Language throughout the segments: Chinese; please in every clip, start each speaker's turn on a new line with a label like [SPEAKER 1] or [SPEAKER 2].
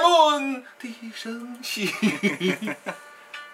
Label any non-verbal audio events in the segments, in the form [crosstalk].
[SPEAKER 1] 风笛声细。 [laughs]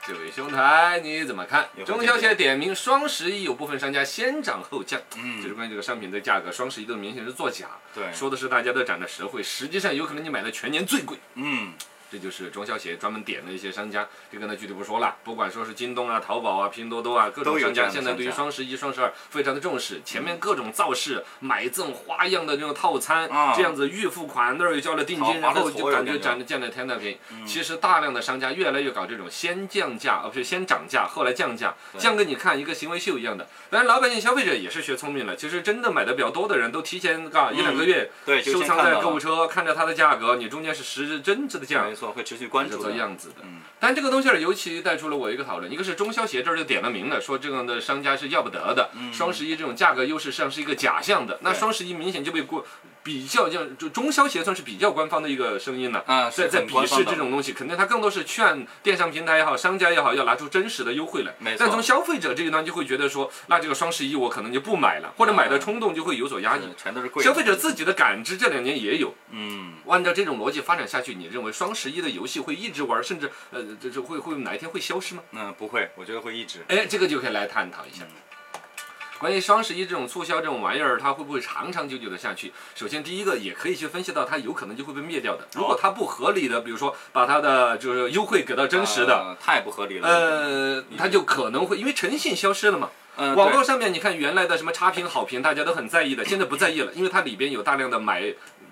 [SPEAKER 1] 这位兄台，你怎么看？
[SPEAKER 2] 有
[SPEAKER 1] 中
[SPEAKER 2] 何
[SPEAKER 1] 消
[SPEAKER 2] 见
[SPEAKER 1] 协
[SPEAKER 2] 解
[SPEAKER 1] 点名双十一有部分商家先涨后降，嗯，就是关于这个商品的价格，双十一都明显是作假，
[SPEAKER 2] 对
[SPEAKER 1] 说的是大家都涨得实惠，实际上有可能你买的全年最贵。
[SPEAKER 2] 嗯，
[SPEAKER 1] 这就是中消协专门点的一些商家，这个呢具体不说了。不管说是京东啊、淘宝啊、拼多多啊，各种
[SPEAKER 2] 都有
[SPEAKER 1] 商
[SPEAKER 2] 这
[SPEAKER 1] 家
[SPEAKER 2] 样的
[SPEAKER 1] 现在对于
[SPEAKER 2] 商家
[SPEAKER 1] 双十一、双十二非常的重视，前面各种造势、买赠花样的这种套餐，
[SPEAKER 2] 啊
[SPEAKER 1] 这样子预付款那儿又交了定
[SPEAKER 2] 好
[SPEAKER 1] 金，然
[SPEAKER 2] 划得
[SPEAKER 1] 后
[SPEAKER 2] 着
[SPEAKER 1] 就感觉
[SPEAKER 2] 有嗯
[SPEAKER 1] 涨
[SPEAKER 2] 感
[SPEAKER 1] 得降得天大便宜。其实大量的商家越来越搞这种先降价，哦而不是先涨价，后来降价，降给你看一个行为秀一样的。当然，老百姓消费者也是学聪明了，其实真的买的比较多的人都提前啊一两个月
[SPEAKER 2] 对，嗯就
[SPEAKER 1] 收
[SPEAKER 2] 先
[SPEAKER 1] 藏
[SPEAKER 2] 看
[SPEAKER 1] 在
[SPEAKER 2] 到
[SPEAKER 1] 购物
[SPEAKER 2] 了
[SPEAKER 1] 车，看着它的价格，你中间是实质真正的降
[SPEAKER 2] 没。错，会持续关
[SPEAKER 1] 是
[SPEAKER 2] 注
[SPEAKER 1] 这
[SPEAKER 2] 的。
[SPEAKER 1] 样子的。
[SPEAKER 2] 嗯
[SPEAKER 1] 但这个东西儿尤其带出了我一个讨论，一个是中消协这儿就点了名了，说这样的商家是要不得的。双十一这种价格优势上是一个假象的，那
[SPEAKER 2] 嗯对
[SPEAKER 1] 双十一明显就被过比较就就中消协算是比较官方的一个声音了。
[SPEAKER 2] 啊，
[SPEAKER 1] 在
[SPEAKER 2] 是
[SPEAKER 1] 在
[SPEAKER 2] 很
[SPEAKER 1] 鄙
[SPEAKER 2] 官
[SPEAKER 1] 视
[SPEAKER 2] 方的
[SPEAKER 1] 这种东西，肯定它更多是劝电商平台也好，商家也好，要拿出真实的优惠来。
[SPEAKER 2] 没错
[SPEAKER 1] 但从消费者这一端就会觉得说，那这个双十一我可能就不买了，或者买的冲动就会有所压抑。
[SPEAKER 2] 嗯全都嗯是贵的
[SPEAKER 1] 啊消费者自己的感知这两年也有，
[SPEAKER 2] 嗯，
[SPEAKER 1] 按照这种逻辑发展下去，你认为双十一的游戏会一直玩，甚至呃，这这会会哪一天会消失吗？
[SPEAKER 2] 那不会，我觉得会一直。
[SPEAKER 1] 哎，这个就可以来探讨一下。关于双十一这种促销这种玩意儿，它会不会长长久久的下去？首先，第一个也可以去分析到，它有可能就会被灭掉的。如
[SPEAKER 2] 哦
[SPEAKER 1] 果它不合理的，比如说把它的就是优惠给到真实的，
[SPEAKER 2] 呃太不合理了。
[SPEAKER 1] 呃，它就可能会因为诚信消失了嘛。
[SPEAKER 2] 嗯，
[SPEAKER 1] 网
[SPEAKER 2] 对
[SPEAKER 1] 络上面你看原来的什么差评、好评，大家都很在意的，现在不在意了，因为它里边有大量的买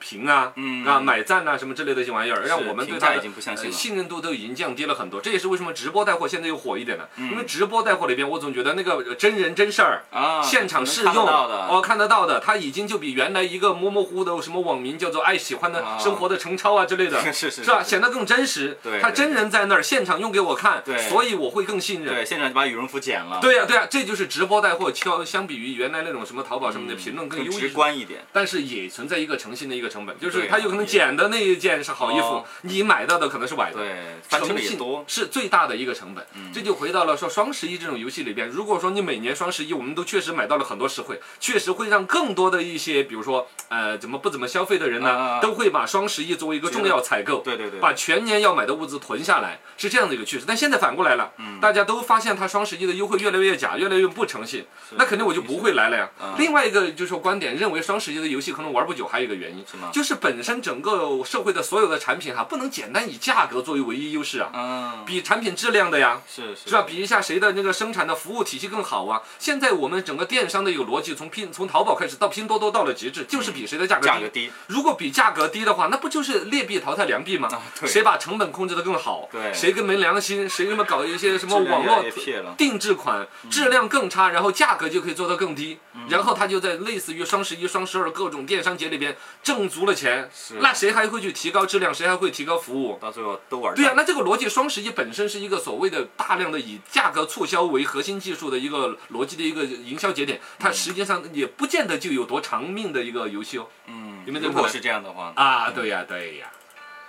[SPEAKER 1] 评啊、
[SPEAKER 2] 嗯
[SPEAKER 1] 啊买赞啊什么之类的一些玩意儿，让我们对它
[SPEAKER 2] 评价
[SPEAKER 1] 的
[SPEAKER 2] 已经不相信
[SPEAKER 1] 呃
[SPEAKER 2] 了
[SPEAKER 1] 信任度都已经降低了很多。这也是为什么直播带货现在又火一点了，
[SPEAKER 2] 嗯
[SPEAKER 1] 因为直播带货里边，我总觉得那个真人真事儿。
[SPEAKER 2] 啊，
[SPEAKER 1] 呃现场
[SPEAKER 2] 能
[SPEAKER 1] 试
[SPEAKER 2] 看得
[SPEAKER 1] 用，
[SPEAKER 2] 到的
[SPEAKER 1] 哦，看得到的，它已经就比原来一个模模糊糊的什么网民叫做爱喜欢的
[SPEAKER 2] 啊
[SPEAKER 1] 生活的陈超啊之类的，
[SPEAKER 2] [laughs] 是是是
[SPEAKER 1] 是吧？
[SPEAKER 2] 是
[SPEAKER 1] 显得更真实。
[SPEAKER 2] 对
[SPEAKER 1] 他
[SPEAKER 2] 对
[SPEAKER 1] 真人在那儿，现场用给我看，
[SPEAKER 2] 对
[SPEAKER 1] 所以我会更信任。
[SPEAKER 2] 对，现场就把羽绒服剪了，
[SPEAKER 1] 对呀、对呀、这就是直播带货，相相比于原来那种什么淘宝什么的评论更
[SPEAKER 2] 嗯更
[SPEAKER 1] 优
[SPEAKER 2] 直
[SPEAKER 1] 异。
[SPEAKER 2] 观一点。
[SPEAKER 1] 但是也存在一个诚信的一个成本，就是
[SPEAKER 2] 对啊
[SPEAKER 1] 他有可能捡的那一件是好衣服
[SPEAKER 2] 哦，
[SPEAKER 1] 你买到的可能是歪的。
[SPEAKER 2] 对，翻车
[SPEAKER 1] 诚
[SPEAKER 2] 的也
[SPEAKER 1] 信
[SPEAKER 2] 多。嗯
[SPEAKER 1] 是最大的一个成本，这就回到了说双十一这种游戏里边，如果说你每年双十一，我们都确实买到了很多实惠，确实会让更多的一些，比如说呃怎么不怎么消费的人
[SPEAKER 2] 啊啊
[SPEAKER 1] 呢，
[SPEAKER 2] 啊
[SPEAKER 1] 都会把双十一作为一个重要采购，
[SPEAKER 2] 对对对，
[SPEAKER 1] 把全年要买的物资囤下来，是这样的一个趋势。但现在反过来了，
[SPEAKER 2] 嗯
[SPEAKER 1] 大家都发现它双十一的优惠越来越假，越来越不诚信，那肯定我就不会来了呀。
[SPEAKER 2] 嗯
[SPEAKER 1] 另外一个就是说观点认为双十一的游戏可能玩不久，还有一个原因
[SPEAKER 2] 是吗
[SPEAKER 1] 就是本身整个社会的所有的产品哈、不能简单以价格作为唯一优势啊，
[SPEAKER 2] 嗯，
[SPEAKER 1] 比产品质量的呀。
[SPEAKER 2] 是是
[SPEAKER 1] 是吧？比一下谁的那个生产的服务体系更好啊！现在我们整个电商的一个逻辑，从拼从淘宝开始到拼多多到了极致，就是比谁的价格低。
[SPEAKER 2] 嗯价格低，
[SPEAKER 1] 如果比价格低的话，那不就是劣币淘汰良币吗？
[SPEAKER 2] 啊对
[SPEAKER 1] 谁把成本控制得更好？
[SPEAKER 2] 对
[SPEAKER 1] 谁更没良心？谁他妈搞一些什么
[SPEAKER 2] 质量
[SPEAKER 1] 网
[SPEAKER 2] 越来
[SPEAKER 1] 络
[SPEAKER 2] 越撇了嗯
[SPEAKER 1] 定制款，质量更差，然后价格就可以做到更低，然后他就在类似于双十一、双十二各种电商节里边挣足了钱，那谁还会去提高质量？谁还会提高服务？
[SPEAKER 2] 到最后都玩
[SPEAKER 1] 对呀、
[SPEAKER 2] 呀，
[SPEAKER 1] 那这个逻辑，双十一本身是一个所谓的大量的以价格促销为核心技术的一个逻辑的一个营销节点，它实际上也不见得就有多长命的一个游戏哦。
[SPEAKER 2] 嗯，
[SPEAKER 1] 有没有这个
[SPEAKER 2] 如
[SPEAKER 1] 可
[SPEAKER 2] 果
[SPEAKER 1] 能
[SPEAKER 2] 是这样的话，
[SPEAKER 1] 啊，对呀、对呀、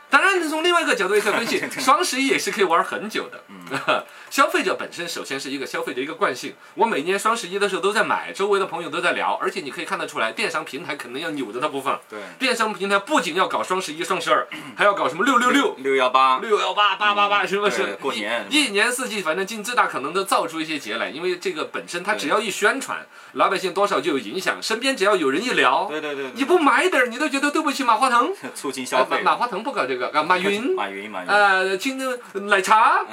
[SPEAKER 1] 当然，从另外一个角度也可以
[SPEAKER 2] [laughs]
[SPEAKER 1] 分析，双十一也是可以玩很久的。
[SPEAKER 2] 嗯
[SPEAKER 1] [laughs] 消费者本身首先是一个消费的一个惯性，我每年双十一的时候都在买，周围的朋友都在聊，而且你可以看得出来，电商平台肯定要扭着它不放。
[SPEAKER 2] 对，
[SPEAKER 1] 电商平台不仅要搞双十一、双十二，
[SPEAKER 2] 嗯
[SPEAKER 1] 还要搞什么六六六、
[SPEAKER 2] 六幺八，
[SPEAKER 1] 六幺八八八八，是不是
[SPEAKER 2] 嗯对？过年
[SPEAKER 1] 一一年四季，反正尽最大可能的造出一些节来，因为这个本身它
[SPEAKER 2] 对
[SPEAKER 1] 只要一宣传，老百姓多少就有影响，身边只要有人一聊，
[SPEAKER 2] 对对对，对
[SPEAKER 1] 你不买点儿你都觉得对不起马化腾。
[SPEAKER 2] 促进消
[SPEAKER 1] 啊马
[SPEAKER 2] 费，
[SPEAKER 1] 马化腾不搞这个，啊马
[SPEAKER 2] [laughs]
[SPEAKER 1] 云，
[SPEAKER 2] 马云马云，
[SPEAKER 1] 呃，青的奶茶，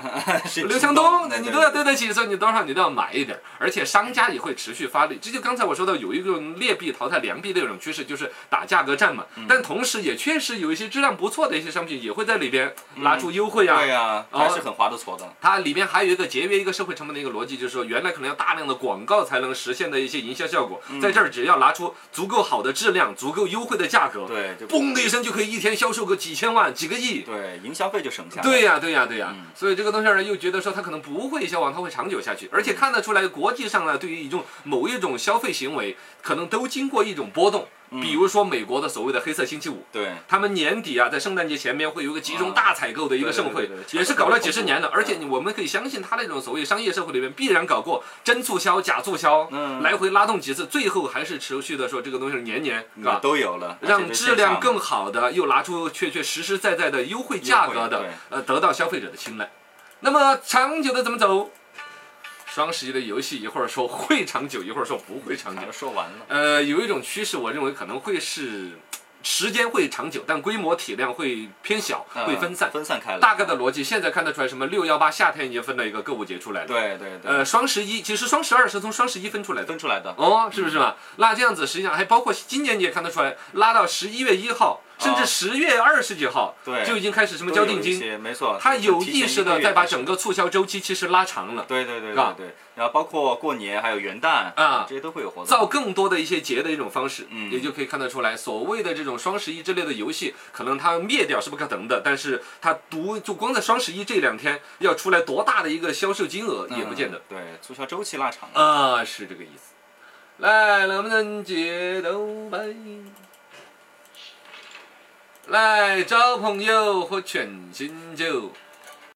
[SPEAKER 2] 是
[SPEAKER 1] 刘强东，
[SPEAKER 2] 对
[SPEAKER 1] 你
[SPEAKER 2] 对
[SPEAKER 1] 都要对得起，所以你多少你都要买一点儿，而且商家也会持续发力。这就刚才我说到有一种劣币淘汰良币的一种趋势，就是打价格战嘛。但同时也确实有一些质量不错的一些商品也会在里边拿出优惠啊。
[SPEAKER 2] 对呀，还是很划得着的，
[SPEAKER 1] 它里面还有一个节约一个社会成本的一个逻辑，就是说原来可能要大量的广告才能实现的一些营销效果，在这儿只要拿出足够好的质量、足够优惠的价格，
[SPEAKER 2] 对，就
[SPEAKER 1] 嘣的一声就可以一天销售个几千万、几个亿。
[SPEAKER 2] 对，营销费就省下来，
[SPEAKER 1] 对呀、对呀、对呀、
[SPEAKER 2] 嗯
[SPEAKER 1] 所以这个东西儿呢，又觉得说它可能不会消亡，它会长久下去，而且看得出来，国际上呢，对于一种某一种消费行为，可能都经过一种波动。
[SPEAKER 2] 嗯
[SPEAKER 1] 比如说美国的所谓的黑色星期五，
[SPEAKER 2] 对，
[SPEAKER 1] 他们年底啊，在圣诞节前面会有一个集中大采购的一个盛
[SPEAKER 2] 对
[SPEAKER 1] 会
[SPEAKER 2] 对对，对
[SPEAKER 1] 也是搞了几十年的。而
[SPEAKER 2] 嗯
[SPEAKER 1] 且你我们可以相信，他那种所谓商业社会里面必然搞过真促销、假促销，
[SPEAKER 2] 嗯
[SPEAKER 1] 来回拉动几次，最后还是持续的说这个东西是年年，是吧？
[SPEAKER 2] 都有了，而且
[SPEAKER 1] 啊让
[SPEAKER 2] 这
[SPEAKER 1] 质
[SPEAKER 2] 线
[SPEAKER 1] 量
[SPEAKER 2] 上
[SPEAKER 1] 更好的，又拿出确确实实在在的优惠价格
[SPEAKER 2] 优惠
[SPEAKER 1] 的
[SPEAKER 2] 对，
[SPEAKER 1] 呃，得到消费者的青睐。那么长久的怎么走？双十一的游戏一会儿说会长久，一会儿说不会长久
[SPEAKER 2] 反。正说完了，
[SPEAKER 1] 呃，有一种趋势，我认为可能会是时间会长久，但规模体量会偏小，会
[SPEAKER 2] 嗯
[SPEAKER 1] 分散。
[SPEAKER 2] 分散开了，
[SPEAKER 1] 大概的逻辑现在看得出来，什么六幺八夏天已经分了一个购物节出来了。
[SPEAKER 2] 对对对，
[SPEAKER 1] 呃，双十一其实双十二是从双十一分出来的。
[SPEAKER 2] 分出来的，
[SPEAKER 1] 哦，是不是嘛？那这样子实际上还包括今年你也看得出来，拉到十一月一号，甚至
[SPEAKER 2] 啊
[SPEAKER 1] 十月二十几号，
[SPEAKER 2] 对
[SPEAKER 1] 就已经开始什么交定金，
[SPEAKER 2] 金，没错，
[SPEAKER 1] 他
[SPEAKER 2] 就
[SPEAKER 1] 有
[SPEAKER 2] 提前
[SPEAKER 1] 意
[SPEAKER 2] 一
[SPEAKER 1] 识
[SPEAKER 2] 个
[SPEAKER 1] 的
[SPEAKER 2] 月
[SPEAKER 1] 在把整个促销周期其实拉长了，
[SPEAKER 2] 对对对
[SPEAKER 1] 是吧
[SPEAKER 2] 对对，然后包括过年还有元旦
[SPEAKER 1] 啊
[SPEAKER 2] 这些都会有活动，
[SPEAKER 1] 造更多的一些节的一种方式，
[SPEAKER 2] 嗯
[SPEAKER 1] 也就可以看得出来，所谓的这种双十一之类的游戏，可能它灭掉是不可能的，但是它独就光在双十一这两天要出来多大的一个销售金额也不见得
[SPEAKER 2] 嗯，对，促销周期拉长了，
[SPEAKER 1] 啊，是这个意思。来，能不能解头白？来，找朋友喝全新酒，